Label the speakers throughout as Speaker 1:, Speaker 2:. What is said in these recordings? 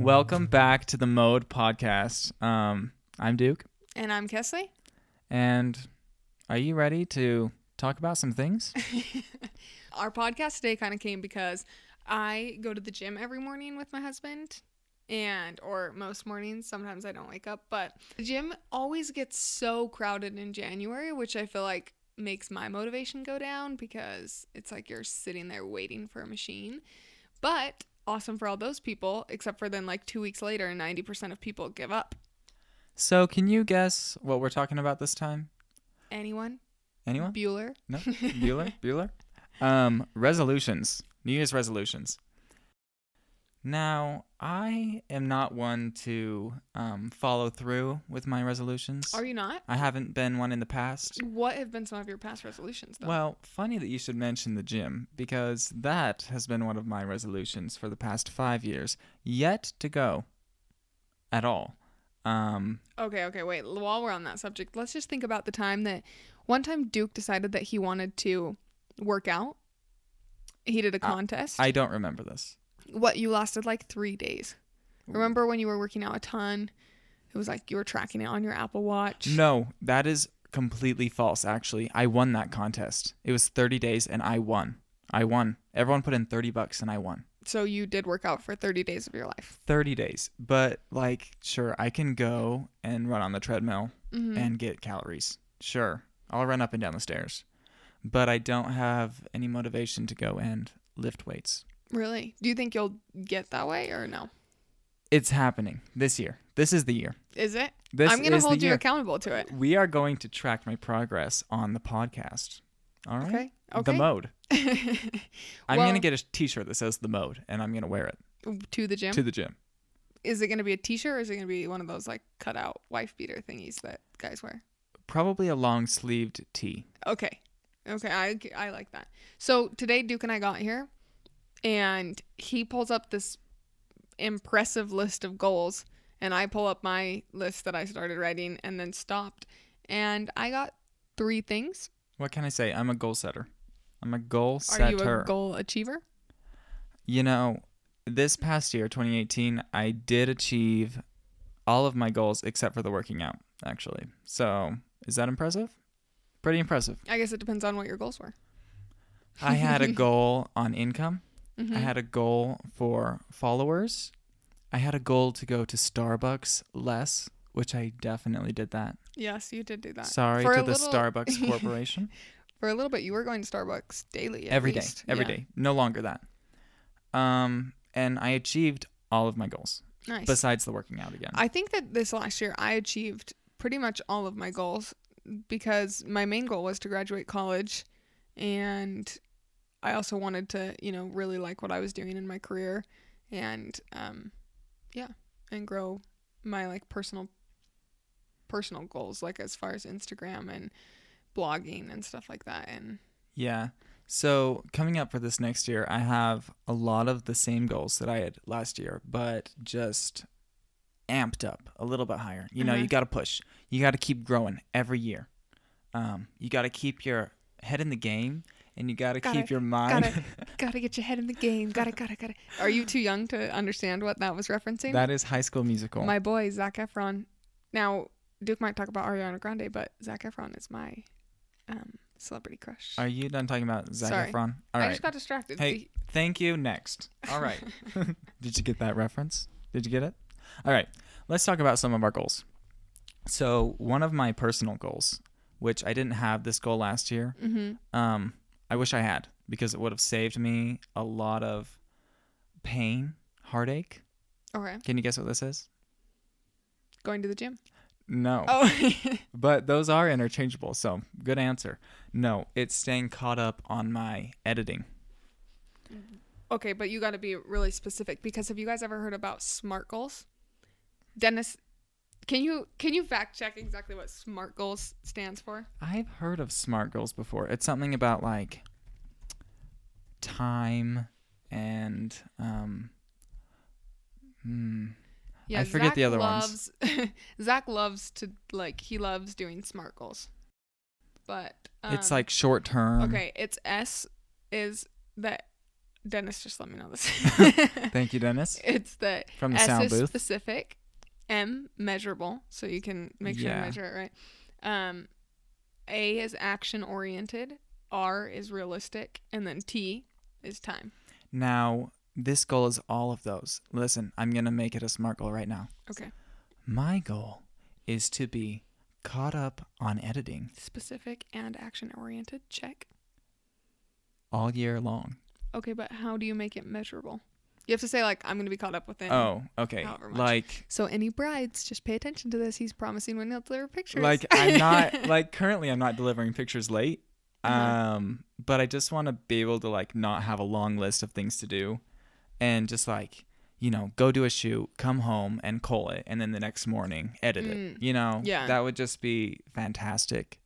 Speaker 1: Welcome back to the Mode Podcast. Um, I'm Duke,
Speaker 2: And I'm Kesley.
Speaker 1: and are you ready to talk about some things?
Speaker 2: Our podcast today kind of came because I go to the gym every morning with my husband and or most mornings sometimes I don't wake up, but the gym always gets so crowded in January, which I feel like makes my motivation go down because it's like you're sitting there waiting for a machine. But awesome for all those people, except for then like 2 weeks later 90% of people give up.
Speaker 1: So, can you guess what we're talking about this time?
Speaker 2: Anyone?
Speaker 1: Anyone?
Speaker 2: Bueller?
Speaker 1: No? Bueller? Bueller? Um, resolutions. New Year's resolutions. Now, I am not one to um, follow through with my resolutions.
Speaker 2: Are you not?
Speaker 1: I haven't been one in the past.
Speaker 2: What have been some of your past resolutions though?
Speaker 1: Well, funny that you should mention the gym because that has been one of my resolutions for the past five years. Yet to go at all. Um,
Speaker 2: Okay, okay, wait. L- While we're on that subject, let's just think about the time that one time Duke decided that he wanted to work out. He did a
Speaker 1: I-
Speaker 2: contest.
Speaker 1: Uh, I don't remember this.
Speaker 2: what you lasted like three days. Remember when you were working out a ton? It was like you were tracking it on your Apple Watch.
Speaker 1: No, that is completely false, actually. I won that contest. It was 30 days and I won. I won. Everyone put in 30 bucks and I won.
Speaker 2: So you did work out for 30 days of your life.
Speaker 1: 30 days. But, like, sure, I can go and run on the treadmill
Speaker 2: Mhm.
Speaker 1: and get calories. Sure, I'll run up and down the stairs. But I don't have any motivation to go and lift weights.
Speaker 2: Really? Do you think you'll get that way or no?
Speaker 1: It's happening this year. This is the year.
Speaker 2: Is it?
Speaker 1: This
Speaker 2: I'm going to
Speaker 1: is the
Speaker 2: hold you
Speaker 1: year.
Speaker 2: accountable to it.
Speaker 1: We are going to track my progress on the podcast. All right.
Speaker 2: Okay.
Speaker 1: The
Speaker 2: Okay.
Speaker 1: mode. I'm
Speaker 2: Well-
Speaker 1: gonna get a T-shirt that says the mode, and I'm gonna wear it
Speaker 2: to the gym.
Speaker 1: to the gym.
Speaker 2: is it going to be a t-shirt or is it going to be one of those like cut out wife beater thingies that guys wear?
Speaker 1: Probably a long-sleeved tee.
Speaker 2: Okay. Okay, I, I like that. So today, Duke and I got here, and he pulls up this impressive list of goals, and I pull up my list that I started writing and then stopped. And I got three things.
Speaker 1: What can I say? I'm a goal setter. I'm a goal
Speaker 2: Are
Speaker 1: setter.
Speaker 2: you a goal achiever?
Speaker 1: You know, this past year, 2018, I did achieve all of my goals except for the working out, actually. So, is that impressive? Pretty impressive.
Speaker 2: I guess it depends on what your goals were.
Speaker 1: I had a goal on income,
Speaker 2: Mhm.
Speaker 1: I had a goal for followers, I had a goal to go to Starbucks less, which I definitely did that.
Speaker 2: Yes, you did do that.
Speaker 1: Sorry
Speaker 2: For
Speaker 1: to
Speaker 2: a
Speaker 1: the
Speaker 2: little-
Speaker 1: Starbucks Corporation.
Speaker 2: For a little bit, you were going to Starbucks daily.
Speaker 1: Every day, every day, no longer that. Um, and I achieved all of my goals
Speaker 2: Nice.
Speaker 1: besides the working out again.
Speaker 2: I think that this last year I achieved pretty much all of my goals because my main goal was to graduate college and I also wanted to, you know, really like what I was doing in my career and um yeah, and grow my like personal personal goals like as far as Instagram and blogging and stuff like that and
Speaker 1: Yeah. So coming up for this next year, I have a lot of the same goals that I had last year, but just amped up a little bit higher. You know,
Speaker 2: Uh-huh.
Speaker 1: you got to push. You got to keep growing every year. Um, you got to keep your head in the game, and you got to
Speaker 2: Gotta-
Speaker 1: keep your mind.
Speaker 2: gotta- got to get your head in the game. Got to got to got to. Are you too young to understand what that was referencing?
Speaker 1: that is High School Musical.
Speaker 2: My boy Zach Efron. Now Duke might talk about Ariana Grande, but Zach Efron is my um, celebrity crush.
Speaker 1: Are you done talking about Zac
Speaker 2: Sorry.
Speaker 1: Efron? All
Speaker 2: I
Speaker 1: right.
Speaker 2: just got distracted.
Speaker 1: Hey. Thank you. Next. All right. Did you get that reference? Did you get it? All right. Let's talk about some of our goals. So, one of my personal goals, which I didn't have this goal last year,
Speaker 2: mm-hmm.
Speaker 1: um, I wish I had because it would have saved me a lot of pain, heartache.
Speaker 2: Okay,
Speaker 1: Can you guess what this is?
Speaker 2: going to the gym.
Speaker 1: No.
Speaker 2: Oh,
Speaker 1: But those are interchangeable. So, good answer. No, it's staying caught up on my editing.
Speaker 2: okay, but you got to be really specific because have you guys ever heard about SMART goals? Dennis, can you can you fact check exactly what SMART goals stands for?
Speaker 1: I've heard of smart goals before. It's something about like time and um hmm, I forget the other ones.
Speaker 2: loves, Zach loves to like he loves doing SMART goals, but
Speaker 1: it's like short term.
Speaker 2: Um, Okay, it's S is that Dennis just let me know this.
Speaker 1: Thank you, Dennis.
Speaker 2: it's that
Speaker 1: From the
Speaker 2: S
Speaker 1: sound
Speaker 2: is
Speaker 1: booth.
Speaker 2: specific, M measurable, so you can make sure
Speaker 1: Yeah.
Speaker 2: you measure it right. Um, A is action oriented, R is realistic, and then T is time.
Speaker 1: Now, this goal is all of those. Listen, I'm going to make it a SMART goal right now.
Speaker 2: Okay,
Speaker 1: My goal is to be caught up on editing
Speaker 2: specific and action oriented. Check.
Speaker 1: all year long.
Speaker 2: Okay, but how do you make it measurable? You have to say like I'm gonna be caught up within.
Speaker 1: Oh, okay.
Speaker 2: However much.
Speaker 1: Like
Speaker 2: So any brides, just pay attention to this. He's promising when he'll deliver pictures.
Speaker 1: like I'm not like currently I'm not delivering pictures late.
Speaker 2: Uh-huh.
Speaker 1: Um, but I just want to be able to like not have a long list of things to do and just like, you know, go do a shoot, come home and call it and then the next morning edit
Speaker 2: Mm.
Speaker 1: it. You know,
Speaker 2: Yeah.
Speaker 1: that would just be fantastic.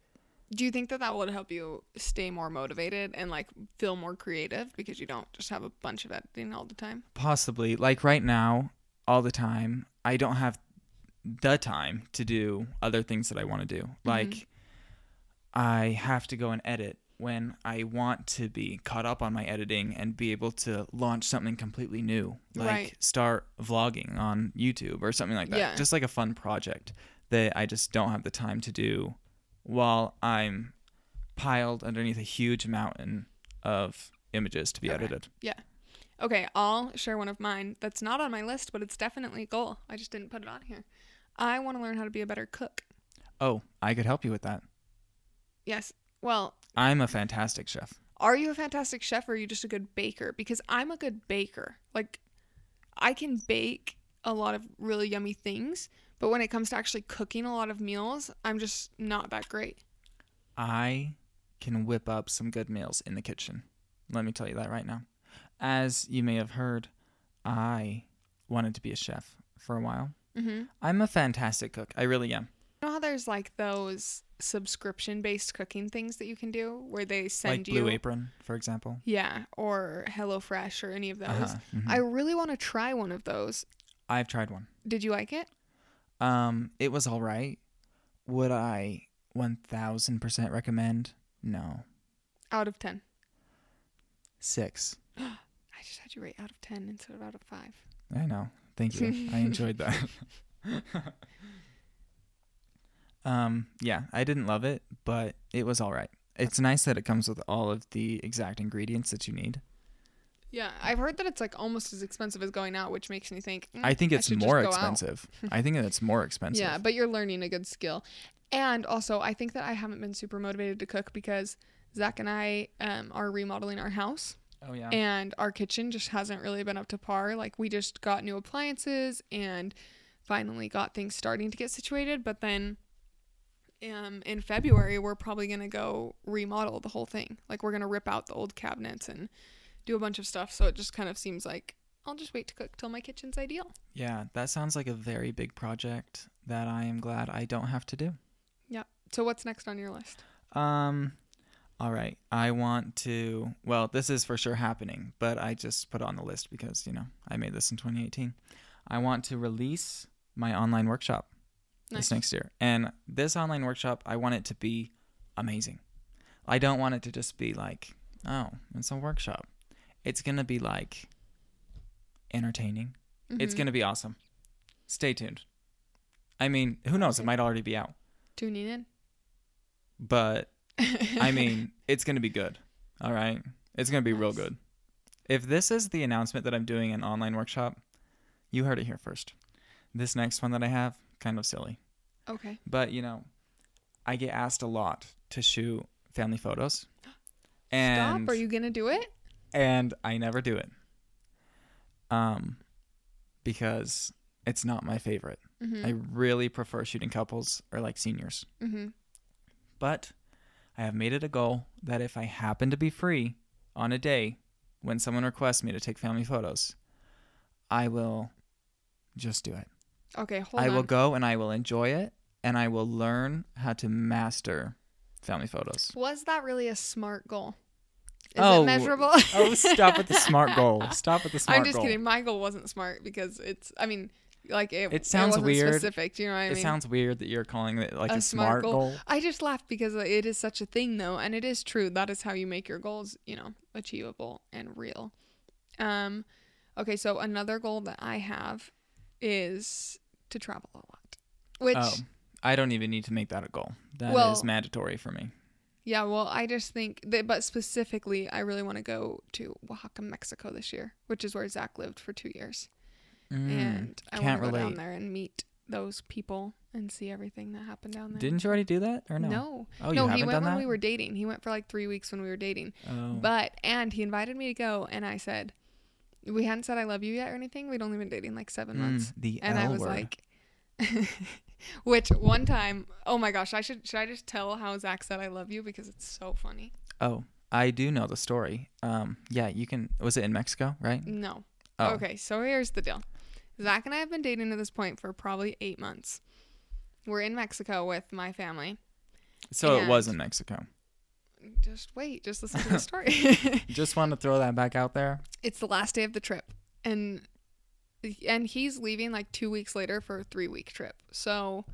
Speaker 2: Do you think that that would help you stay more motivated and like feel more creative because you don't just have a bunch of editing all the time?
Speaker 1: Possibly. Like right now, all the time, I don't have the time to do other things that I want to do.
Speaker 2: Mm-hmm.
Speaker 1: Like, I have to go and edit when I want to be caught up on my editing and be able to launch something completely new. Like,
Speaker 2: Right.
Speaker 1: start vlogging on YouTube or something like that.
Speaker 2: Yeah.
Speaker 1: Just like a fun project that I just don't have the time to do while I'm piled underneath a huge mountain of images to be
Speaker 2: Okay.
Speaker 1: edited.
Speaker 2: Yeah. Okay, I'll share one of mine that's not on my list, but it's definitely a goal. I just didn't put it on here. I want to learn how to be a better cook.
Speaker 1: Oh, I could help you with that.
Speaker 2: Yes. Well,
Speaker 1: I'm a fantastic chef.
Speaker 2: are you a fantastic chef or are you just a good baker? Because I'm a good baker. Like, I can bake a lot of really yummy things, but when it comes to actually cooking a lot of meals, I'm just not that great.
Speaker 1: I can whip up some good meals in the kitchen. Let me tell you that right now. As you may have heard, I wanted to be a chef for a while.
Speaker 2: Mm-hmm.
Speaker 1: I'm a fantastic cook. I really am.
Speaker 2: You know how there's like those subscription based cooking things that you can do where they
Speaker 1: Like
Speaker 2: send you
Speaker 1: Blue Apron, for example.
Speaker 2: Yeah, or HelloFresh or any of those.
Speaker 1: Uh-huh. Mhm.
Speaker 2: I really want to try one of those.
Speaker 1: I've tried one.
Speaker 2: Did you like it?
Speaker 1: Um, it was all right. Would I 1000% recommend? No.
Speaker 2: Out of 10.
Speaker 1: 6.
Speaker 2: I just had you rate out of 10 instead of out of 5.
Speaker 1: I know. Thank you. I enjoyed that. um, yeah, I didn't love it, but it was all right. It's nice that it comes with all of the exact ingredients that you need.
Speaker 2: Yeah, I've heard that it's like almost as expensive as going out, which makes me think. mm,
Speaker 1: I think it's
Speaker 2: should just
Speaker 1: more
Speaker 2: go out.
Speaker 1: expensive. I think that it's more expensive.
Speaker 2: Yeah, but you're learning a good skill. And also, I think that I haven't been super motivated to cook because Zach and I um, are remodeling our house.
Speaker 1: Oh yeah.
Speaker 2: and our kitchen just hasn't really been up to par. Like we just got new appliances and finally got things starting to get situated, but then um in February we're probably going to go remodel the whole thing. Like we're going to rip out the old cabinets and do a bunch of stuff, so it just kind of seems like I'll just wait to cook till my kitchen's ideal.
Speaker 1: yeah, that sounds like a very big project that I am glad I don't have to do.
Speaker 2: So what's next on your list?
Speaker 1: Um all right. I want to well, this is for sure happening, but I just put it on the list because, you know, I made this in 2018. I want to release my online workshop this next year. And this online workshop, I want it to be amazing. I don't want it to just be like, oh, it's a workshop. It's going to be like entertaining. It's
Speaker 2: Mhm.
Speaker 1: going to be awesome. Stay tuned. I mean, who knows? It
Speaker 2: Okay.
Speaker 1: might already be out,
Speaker 2: tuning in.
Speaker 1: but I mean, it's going to be good. All right. It's going to be real
Speaker 2: Nice.
Speaker 1: good. If this is the announcement that I'm doing an online workshop, you heard it here first. This next one that I have, kind of silly.
Speaker 2: okay.
Speaker 1: But, you know, I get asked a lot to shoot family photos. And
Speaker 2: Stop. Are you going to do it?
Speaker 1: and I never do it. Um because it's not my favorite.
Speaker 2: Mhm.
Speaker 1: I really prefer shooting couples or like seniors.
Speaker 2: Mhm.
Speaker 1: But I have made it a goal that if I happen to be free on a day when someone requests me to take family photos, I will just do it.
Speaker 2: Okay, hold
Speaker 1: I
Speaker 2: on.
Speaker 1: will go and I will enjoy it and I will learn how to master family photos.
Speaker 2: Was that really a smart goal? Is
Speaker 1: Oh,
Speaker 2: it measurable?
Speaker 1: Oh, stop with the smart goal. Stop with the smart
Speaker 2: I'm just
Speaker 1: goal.
Speaker 2: kidding. My goal wasn't smart because it's, I mean, Like it.
Speaker 1: It sounds
Speaker 2: wasn't
Speaker 1: weird.
Speaker 2: Specific. Do you know what I
Speaker 1: it
Speaker 2: mean?
Speaker 1: sounds weird that you're calling it like a,
Speaker 2: A
Speaker 1: smart
Speaker 2: smart
Speaker 1: goal.
Speaker 2: goal. I just laughed because it is such a thing though, and it is true. That is how you make your goals, you know, achievable and real. Um, okay, so another goal that I have is to travel a lot. Which,
Speaker 1: Oh, I don't even need to make that a goal. That is
Speaker 2: Well-
Speaker 1: mandatory for me.
Speaker 2: yeah, well, I just think that, but specifically, I really want to go to Oaxaca, Mexico this year, which is where Zach lived for two years,
Speaker 1: Mm.
Speaker 2: and I
Speaker 1: can't
Speaker 2: want to go down
Speaker 1: relate.
Speaker 2: there and meet those people and see everything that happened down there.
Speaker 1: Didn't you already do that or no?
Speaker 2: no,
Speaker 1: Oh, you
Speaker 2: no,
Speaker 1: haven't
Speaker 2: he went
Speaker 1: done
Speaker 2: when
Speaker 1: that.
Speaker 2: we were dating. He went for like three weeks when we were dating.
Speaker 1: oh.
Speaker 2: But and he invited me to go, and I said, we hadn't said I love you yet or anything. We'd only been dating like seven
Speaker 1: Mm,
Speaker 2: months,
Speaker 1: the
Speaker 2: and I
Speaker 1: L
Speaker 2: was
Speaker 1: word.
Speaker 2: like, which one time, oh my gosh, I should should I just tell how Zach said I love you because it's so funny.
Speaker 1: oh, I do know the story. Um, yeah, you can. Was it in Mexico, right?
Speaker 2: No.
Speaker 1: Oh.
Speaker 2: Okay, so here's the deal. Zach and I have been dating at this point for probably eight months. We're in Mexico with my family.
Speaker 1: So it was
Speaker 2: And-
Speaker 1: in Mexico.
Speaker 2: Just wait, just listen to the story.
Speaker 1: Just want to throw that back out there.
Speaker 2: it's the last day of the trip and and he's leaving like two weeks later for a three week trip so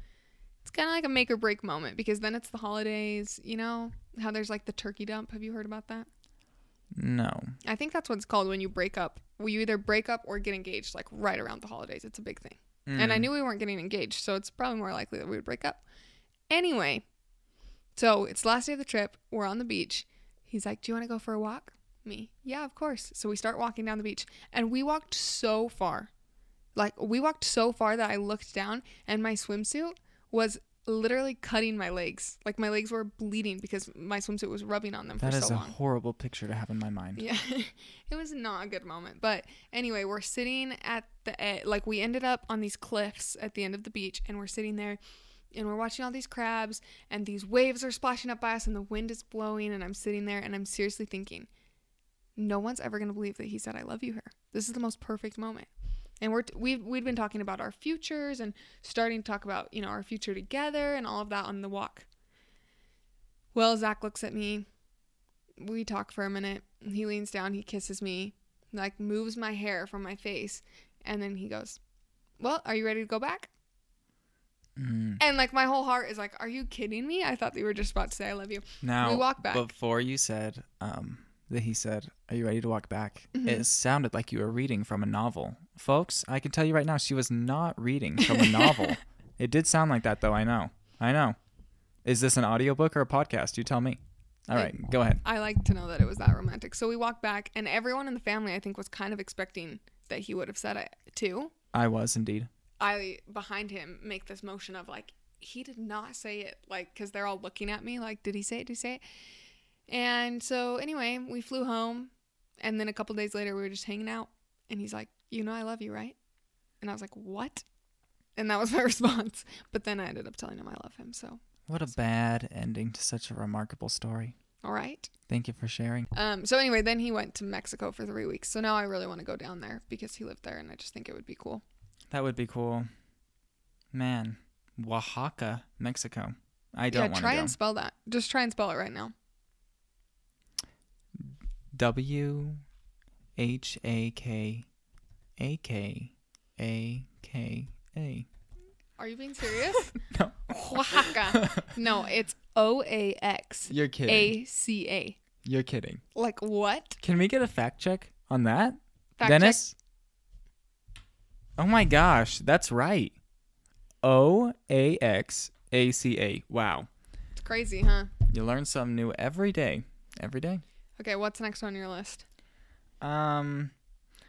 Speaker 2: it's kind of like a make or break moment because then it's the holidays you know how there's like the turkey dump have you heard about that
Speaker 1: No.
Speaker 2: i think that's what it's called when you break up well, you either break up or get engaged like right around the holidays it's a big thing and i
Speaker 1: Mm.
Speaker 2: knew we weren't getting engaged so it's probably more likely that we would break up anyway so it's the last day of the trip we're on the beach he's like do you want to go for a walk me yeah of course so we start walking down the beach and we walked so far like we walked so far that i looked down and my swimsuit was literally cutting my legs like my legs were bleeding because my swimsuit was rubbing on them
Speaker 1: That
Speaker 2: for
Speaker 1: is
Speaker 2: so
Speaker 1: a
Speaker 2: long
Speaker 1: horrible picture to have in my mind.
Speaker 2: yeah, it was not a good moment. But anyway, we're sitting at the e- like we ended up on these cliffs at the end of the beach, and we're sitting there, and we're watching all these crabs, and these waves are splashing up by us, and the wind is blowing, and I'm sitting there, and I'm seriously thinking, no one's ever gonna believe that he said I love you here. This is the most perfect moment. And we're t- we've we'd been talking about our futures and starting to talk about you know our future together and all of that on the walk. Well, Zach looks at me we talk for a minute. He leans down, he kisses me, like moves my hair from my face, and then he goes, "Well, are you ready to go back?"
Speaker 1: Mm.
Speaker 2: And like my whole heart is like, "Are you kidding me? I thought that you were just about to say I love you."
Speaker 1: Now,
Speaker 2: walk back.
Speaker 1: before you said um, that he said, Are you ready to walk back?
Speaker 2: Mhm.
Speaker 1: It sounded like you were reading from a novel. Folks, I can tell you right now, she was not reading from a novel. it did sound like that, though. I know. I know. Is this an audiobook or a podcast? You tell me. All
Speaker 2: I-
Speaker 1: right, go ahead.
Speaker 2: I like to know that it was that romantic. So we walk back, and everyone in the family I think was kind of expecting that he would have said it too.
Speaker 1: I was indeed.
Speaker 2: I behind him make this motion of like he did not say it like because they're all looking at me like did he say it did he say it and so anyway we flew home and then a couple days later we were just hanging out and he's like you know I love you right and I was like what and that was my response but then I ended up telling him I love him so
Speaker 1: What a bad ending to such a remarkable story.
Speaker 2: all right
Speaker 1: Thank you for sharing.
Speaker 2: um so anyway then he went to Mexico for three weeks so now I really want to go down there because he lived there and I just think it would be cool
Speaker 1: That would be cool. Man, Oaxaca, Mexico. I don't
Speaker 2: yeah
Speaker 1: want
Speaker 2: try
Speaker 1: to go.
Speaker 2: and spell that just try and spell it right now
Speaker 1: W H A K A K A K A.
Speaker 2: are you being serious
Speaker 1: No,
Speaker 2: Oaxaca. No, it's O A X
Speaker 1: you're kidding.
Speaker 2: A C A.
Speaker 1: You're kidding.
Speaker 2: Like what?
Speaker 1: Can we get a fact check on that,
Speaker 2: Fact
Speaker 1: Dennis? Oh my gosh, that's right. O A X A C A. Wow,
Speaker 2: check. It's crazy, huh?
Speaker 1: you learn something new every day. Every day.
Speaker 2: Okay, what's next on your list?
Speaker 1: Um,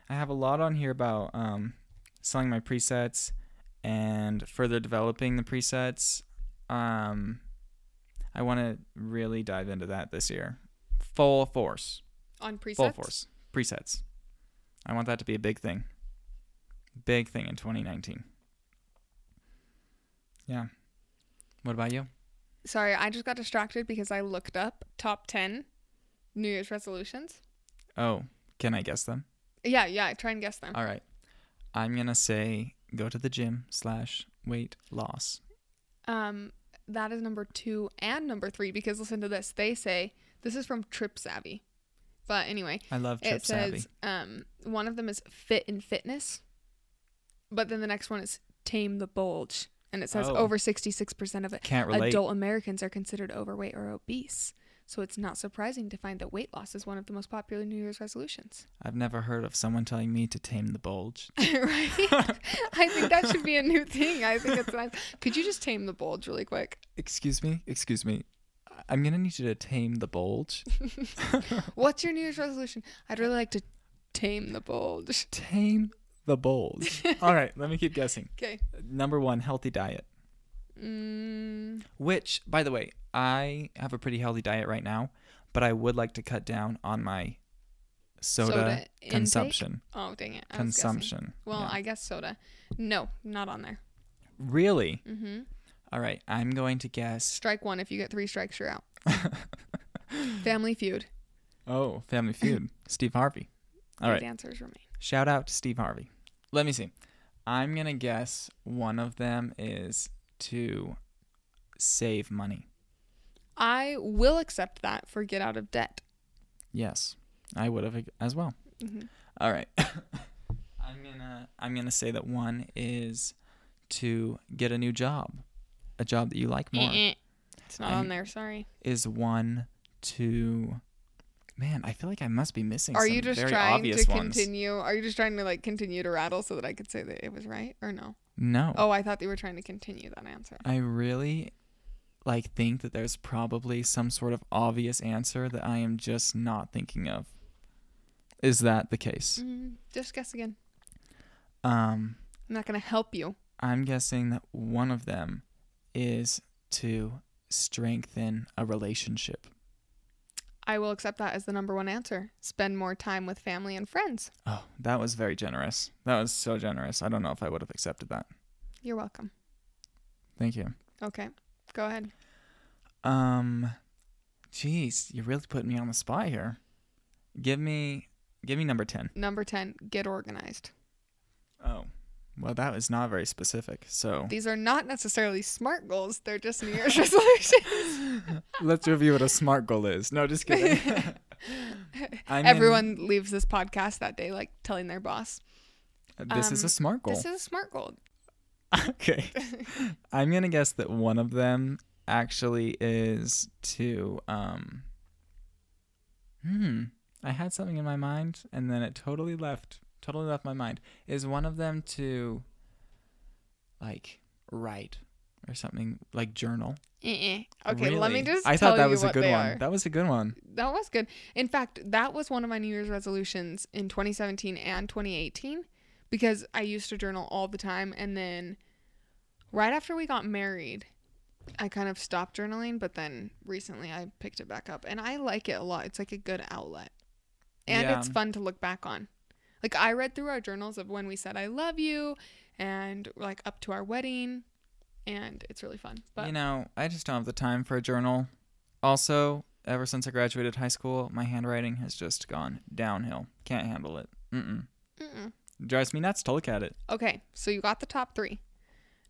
Speaker 1: I have a lot on here about um, selling my presets and further developing the presets. Um, I want to really dive into that this year, full force,
Speaker 2: On presets?
Speaker 1: full force presets. I want that to be a big thing, big thing in 2019. Yeah. What about you?
Speaker 2: Sorry, I just got distracted because I looked up top 10 New Year's resolutions.
Speaker 1: Oh, can I guess them?
Speaker 2: Yeah, yeah, try and guess them.
Speaker 1: All right. I'm gonna say go to the gym slash weight loss.
Speaker 2: Um, that is number two and number three because listen to this. They say this is from Trip Savvy. But anyway,
Speaker 1: I love Trip
Speaker 2: it
Speaker 1: Savvy.
Speaker 2: says um, one of them is fit and fitness, But then the next one is tame the bulge. And it says
Speaker 1: Oh.
Speaker 2: over 66% of
Speaker 1: Can't relate.
Speaker 2: adult Americans are considered overweight or obese. So it's not surprising to find that weight loss is one of the most popular New Year's resolutions.
Speaker 1: I've never heard of someone telling me to tame the bulge.
Speaker 2: right? I think that should be a new thing. I think it's nice. Could you just tame the bulge really quick?
Speaker 1: Excuse me, excuse me. I- I'm gonna need you to tame the bulge.
Speaker 2: What's your New Year's resolution? I'd really like to tame the bulge.
Speaker 1: Tame the bulge. All right, let me keep guessing.
Speaker 2: Okay.
Speaker 1: Number one, healthy diet.
Speaker 2: Mm,
Speaker 1: Which, by the way, I have a pretty healthy diet right now, but I would like to cut down on my soda,
Speaker 2: Soda intake?
Speaker 1: consumption.
Speaker 2: oh, dang it. I was guessing.
Speaker 1: Consumption.
Speaker 2: Well,
Speaker 1: yeah.
Speaker 2: I guess soda. No, not on there.
Speaker 1: really.
Speaker 2: hmm
Speaker 1: All right, I'm going to guess.
Speaker 2: Strike one. If you get three strikes, you're out. Family Feud.
Speaker 1: Oh, Family Feud, Steve Harvey. All right,
Speaker 2: These answers remain.
Speaker 1: shout out to Steve Harvey. Let me see. I'm gonna guess one of them is to save money.
Speaker 2: I will accept that for get out of debt.
Speaker 1: Yes, I would have as well.
Speaker 2: Mhm.
Speaker 1: All right. I'm gonna I'm gonna say that one is to get a new job, a job that you like more.
Speaker 2: Eh-eh. Eh, It's not
Speaker 1: I-
Speaker 2: on there. Sorry.
Speaker 1: Is one to man? I feel like I must be missing.
Speaker 2: Are
Speaker 1: some
Speaker 2: you just
Speaker 1: very
Speaker 2: trying
Speaker 1: obvious
Speaker 2: to
Speaker 1: ones.
Speaker 2: continue? Are you just trying to like continue to rattle so that I could say that it was right or no?
Speaker 1: No,
Speaker 2: Oh, I thought you were trying to continue that answer.
Speaker 1: I really like think that there's probably some sort of obvious answer that I am just not thinking of. Is that the case?
Speaker 2: Mm, just guess again.
Speaker 1: Um,
Speaker 2: I'm not gonna help you.
Speaker 1: I'm guessing that one of them is to strengthen a relationship.
Speaker 2: I will accept that as the number one answer. Spend more time with family and friends.
Speaker 1: Oh, that was very generous. That was so generous. I don't know if I would have accepted that.
Speaker 2: You're welcome.
Speaker 1: Thank you.
Speaker 2: Okay, go ahead.
Speaker 1: Um, jeez, you're really putting me on the spot here. Give me, give me number ten.
Speaker 2: Number ten. Get organized.
Speaker 1: Oh, well, that was not very specific. So
Speaker 2: These are not necessarily smart goals. They're just New Year's resolutions.
Speaker 1: let's review what a smart goal is. No, just kidding. I'm in-
Speaker 2: Everyone leaves this podcast that day, like telling their boss,
Speaker 1: this is
Speaker 2: um,
Speaker 1: a smart goal.
Speaker 2: "This is a smart goal."
Speaker 1: okay. I'm gonna guess that one of them actually is to um Hmm. I had something in my mind and then it totally left totally left my mind. Is one of them to like write or something like journal?
Speaker 2: Eh-eh. Okay, let me
Speaker 1: Really?
Speaker 2: just.
Speaker 1: I thought
Speaker 2: tell
Speaker 1: that
Speaker 2: you
Speaker 1: was a
Speaker 2: what
Speaker 1: good
Speaker 2: they
Speaker 1: one.
Speaker 2: are.
Speaker 1: That was a good one.
Speaker 2: That was good. In fact, that was one of my New Year's resolutions in 2017 and 2018 because I used to journal all the time. And then right after we got married, I kind of stopped journaling, but then recently I picked it back up and I like it a lot. It's like a good outlet and
Speaker 1: Yeah.
Speaker 2: it's fun to look back on. Like, I read through our journals of when we said, I love you, and like up to our wedding, and it's really fun. But
Speaker 1: you know, I just don't have the time for a journal. Also, ever since I graduated high school, my handwriting has just gone downhill. Can't handle it. Mm-mm.
Speaker 2: mm-mm.
Speaker 1: Drives me nuts to look at it.
Speaker 2: Okay, so you got the top three.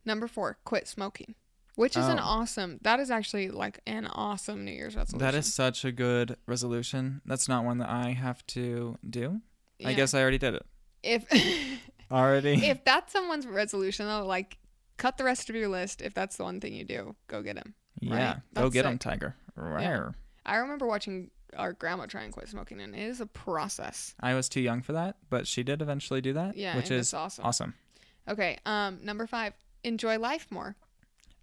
Speaker 2: Number four, quit smoking, which is an
Speaker 1: Oh.
Speaker 2: awesome. That is actually like an awesome New Year's resolution.
Speaker 1: That is such a good resolution. That's not one that I have to do. I
Speaker 2: Yeah.
Speaker 1: guess I already did it.
Speaker 2: if
Speaker 1: Already.
Speaker 2: if that's someone's resolution though, like cut the rest of your list. If that's the one thing you do, go get him.
Speaker 1: yeah.
Speaker 2: right,
Speaker 1: Go
Speaker 2: that's
Speaker 1: get
Speaker 2: it.
Speaker 1: him, Tiger. Rare.
Speaker 2: I remember watching our grandma try and quit smoking, and it is a process.
Speaker 1: I was too young for that, but she did eventually do that,
Speaker 2: Yeah,
Speaker 1: which
Speaker 2: and it's
Speaker 1: is
Speaker 2: awesome.
Speaker 1: awesome.
Speaker 2: Okay, um, number five, enjoy life more.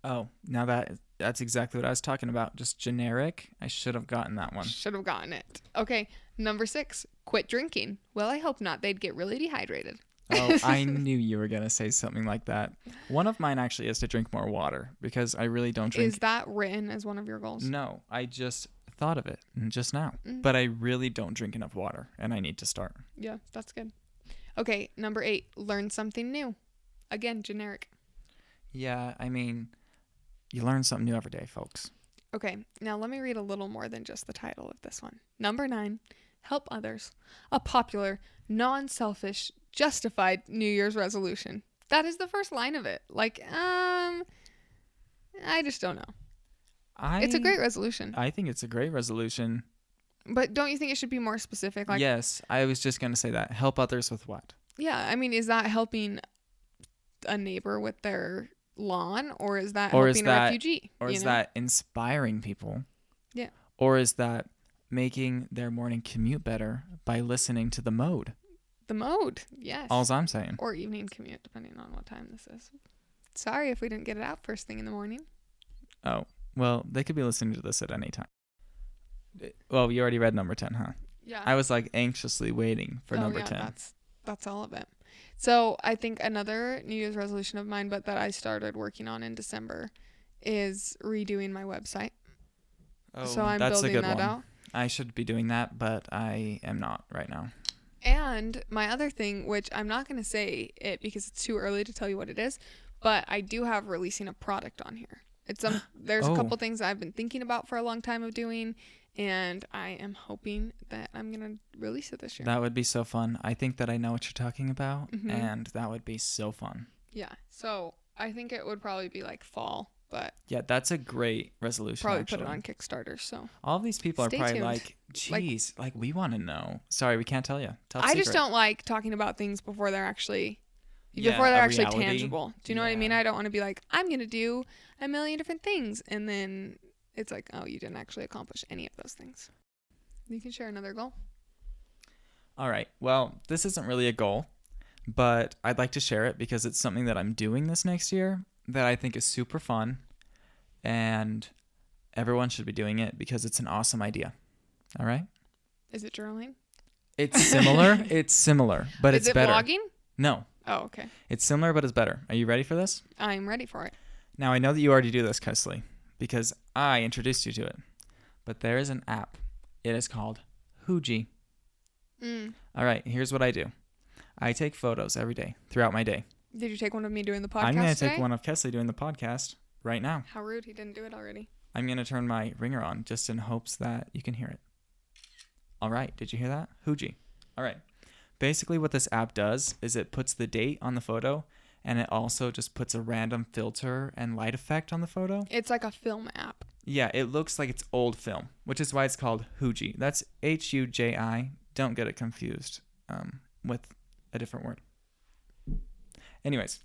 Speaker 1: Oh, now that that's exactly what I was talking about. Just generic. I should have gotten that one.
Speaker 2: Should have gotten it. Okay, number six, quit drinking. Well, I hope not. They'd get really dehydrated.
Speaker 1: Oh, I knew you were going to say something like that. One of mine actually is to drink more water because I really don't drink.
Speaker 2: Is that written as one of your goals?
Speaker 1: no, I just thought of it just now.
Speaker 2: Mm.
Speaker 1: But I really don't drink enough water and I need to start.
Speaker 2: Yeah, that's good. Okay, number eight, learn something new. Again, generic.
Speaker 1: Yeah, I mean, you learn something new every day, folks.
Speaker 2: Okay, now let me read a little more than just the title of this one. Number nine, help others. A popular, non selfish, justified New Year's resolution. That is the first line of it. Like, um, I just don't know.
Speaker 1: I
Speaker 2: It's a great resolution,
Speaker 1: I think it's a great resolution.
Speaker 2: but don't you think it should be more specific? Like,
Speaker 1: yes, I was just going to say that. Help others with what?
Speaker 2: yeah, I mean, is that helping a neighbor with their lawn, or is that
Speaker 1: Or is
Speaker 2: helping
Speaker 1: that-
Speaker 2: a refugee?
Speaker 1: Or
Speaker 2: you
Speaker 1: is
Speaker 2: know?
Speaker 1: that inspiring people?
Speaker 2: Yeah.
Speaker 1: Or is that making their morning commute better by listening to the mode?
Speaker 2: the mode? Yes.
Speaker 1: All's I'm saying.
Speaker 2: or evening commute, depending on what time this is. Sorry if we didn't get it out first thing in the morning.
Speaker 1: Oh, well, they could be listening to this at any time. Well, you already read number 10, huh?
Speaker 2: Yeah.
Speaker 1: I was like anxiously waiting for number 10.
Speaker 2: Oh, That's that's all of it. So I think another New Year's resolution of mine, but that I started working on in December, is redoing my website.
Speaker 1: Oh,
Speaker 2: so I'm
Speaker 1: that's
Speaker 2: building
Speaker 1: a good
Speaker 2: that
Speaker 1: one.
Speaker 2: out.
Speaker 1: I should be doing that, but I am not right now.
Speaker 2: And my other thing, which I'm not going to say it because it's too early to tell you what it is, but I do have releasing a product on here. It's um, there's
Speaker 1: Oh.
Speaker 2: a couple things I've been thinking about for a long time of doing, and I am hoping that I'm going to release it this year.
Speaker 1: That would be so fun. I think that I know what you're talking about,
Speaker 2: Mhm.
Speaker 1: and that would be so fun.
Speaker 2: yeah. So I think it would probably be like fall, but
Speaker 1: Yeah, that's a great resolution.
Speaker 2: probably
Speaker 1: actually.
Speaker 2: put it on Kickstarter. So
Speaker 1: All of these people
Speaker 2: Stay
Speaker 1: are probably
Speaker 2: tuned.
Speaker 1: like,
Speaker 2: Like-
Speaker 1: geez, like, we want to know. Sorry, we can't tell you. Top
Speaker 2: I just
Speaker 1: secret.
Speaker 2: don't like talking about things before they're actually
Speaker 1: Yeah,
Speaker 2: before they're
Speaker 1: a
Speaker 2: actually
Speaker 1: reality.
Speaker 2: tangible. Do you know what I
Speaker 1: Yeah.
Speaker 2: mean? I don't want to be like, I'm gonna do a million different things and then it's like, oh, you didn't actually accomplish any of those things. You can share another goal.
Speaker 1: All right. Well, this isn't really a goal, but I'd like to share it because it's something that I'm doing this next year that I think is super fun and everyone should be doing it because it's an awesome idea. All right?
Speaker 2: Is it journaling?
Speaker 1: It's similar. it's similar, but
Speaker 2: Is
Speaker 1: it's
Speaker 2: it
Speaker 1: better.
Speaker 2: vlogging?
Speaker 1: No.
Speaker 2: Oh, okay.
Speaker 1: It's similar but it's better. Are you ready for this?
Speaker 2: I'm ready for it.
Speaker 1: Now, I know that you already do this, Kesley, because I introduced you to it. But there is an app. It is called Hooji.
Speaker 2: Mm.
Speaker 1: All right, here's what I do. I take photos every day throughout my day.
Speaker 2: Did you take one of me doing the podcast?
Speaker 1: I'm going to
Speaker 2: today?
Speaker 1: take one of Kesley doing the podcast right now.
Speaker 2: How rude! He didn't do it already.
Speaker 1: I'm going to turn my ringer on just in hopes that you can hear it. All right. Did you hear that? Hooji. All right. Basically, what this app does is it puts the date on the photo and it also just puts a random filter and light effect on the photo.
Speaker 2: It's like a film app.
Speaker 1: Yeah, it looks like it's old film, which is why it's called Hooji. That's H U J I. Don't get it confused um, with a different word. Anyways,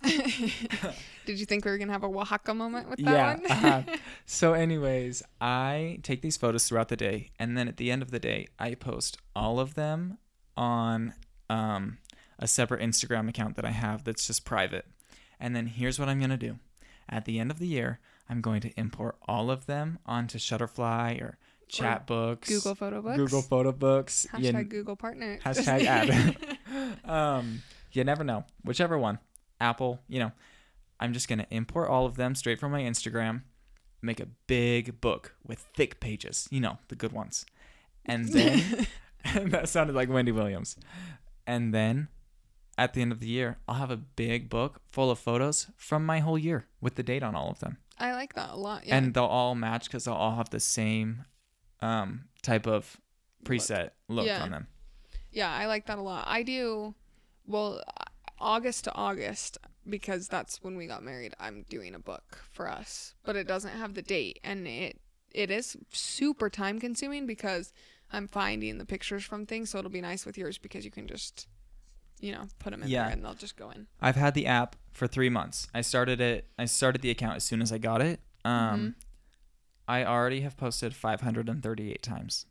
Speaker 2: Did you think we were gonna have a Oaxaca moment with that
Speaker 1: yeah.
Speaker 2: one?
Speaker 1: uh-huh. So, anyways, I take these photos throughout the day, and then at the end of the day, I post all of them on um, a separate Instagram account that I have that's just private. And then here's what I'm gonna do: at the end of the year, I'm going to import all of them onto Shutterfly or Chatbooks,
Speaker 2: Google photo books.
Speaker 1: Google Photo Books,
Speaker 2: Hashtag
Speaker 1: you-
Speaker 2: Google partner.
Speaker 1: hashtag ad. um, you never know. Whichever one, Apple, you know, I'm just gonna import all of them straight from my Instagram, make a big book with thick pages, you know, the good ones, and then that sounded like Wendy Williams, and then at the end of the year, I'll have a big book full of photos from my whole year with the date on all of them,
Speaker 2: I like that a lot. Yeah.
Speaker 1: and they'll all match because they'll all have the same um, type of preset look,
Speaker 2: Yeah.
Speaker 1: on them.
Speaker 2: yeah, I like that a lot. I do well August to August because that's when we got married. I'm doing a book for us, but it doesn't have the date and it it is super time consuming because I'm finding the pictures from things, so it'll be nice with yours because you can just you know, put them in
Speaker 1: Yeah.
Speaker 2: there and they'll just go in.
Speaker 1: I've had the app for three months. I started it. I started the account as soon as I got it.
Speaker 2: Mm-hmm.
Speaker 1: Um, I already have posted 538 times.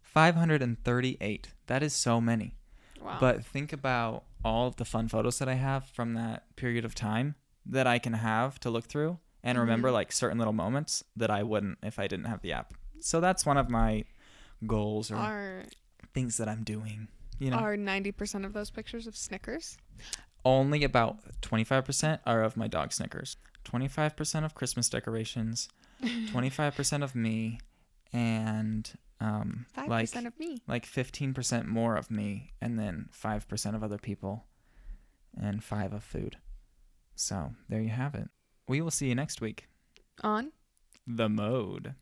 Speaker 1: 538. That is so many.
Speaker 2: Wow.
Speaker 1: But think about all of the fun photos that I have from that period of time that I can have to look through
Speaker 2: Mm-hmm.
Speaker 1: and remember like certain little moments that I wouldn't if I didn't have the app. So that's one of my goals or
Speaker 2: are
Speaker 1: things that I'm doing. You know,
Speaker 2: are 90% of those pictures of Snickers?
Speaker 1: only about 25% are of my dog Snickers, 25% of Christmas decorations, 25% of me, and um,
Speaker 2: 5%
Speaker 1: like
Speaker 2: of me.
Speaker 1: like 15% more of me, and then 5% of other people, and 5 of food. So there you have it. We will see you next week.
Speaker 2: On
Speaker 1: The mode.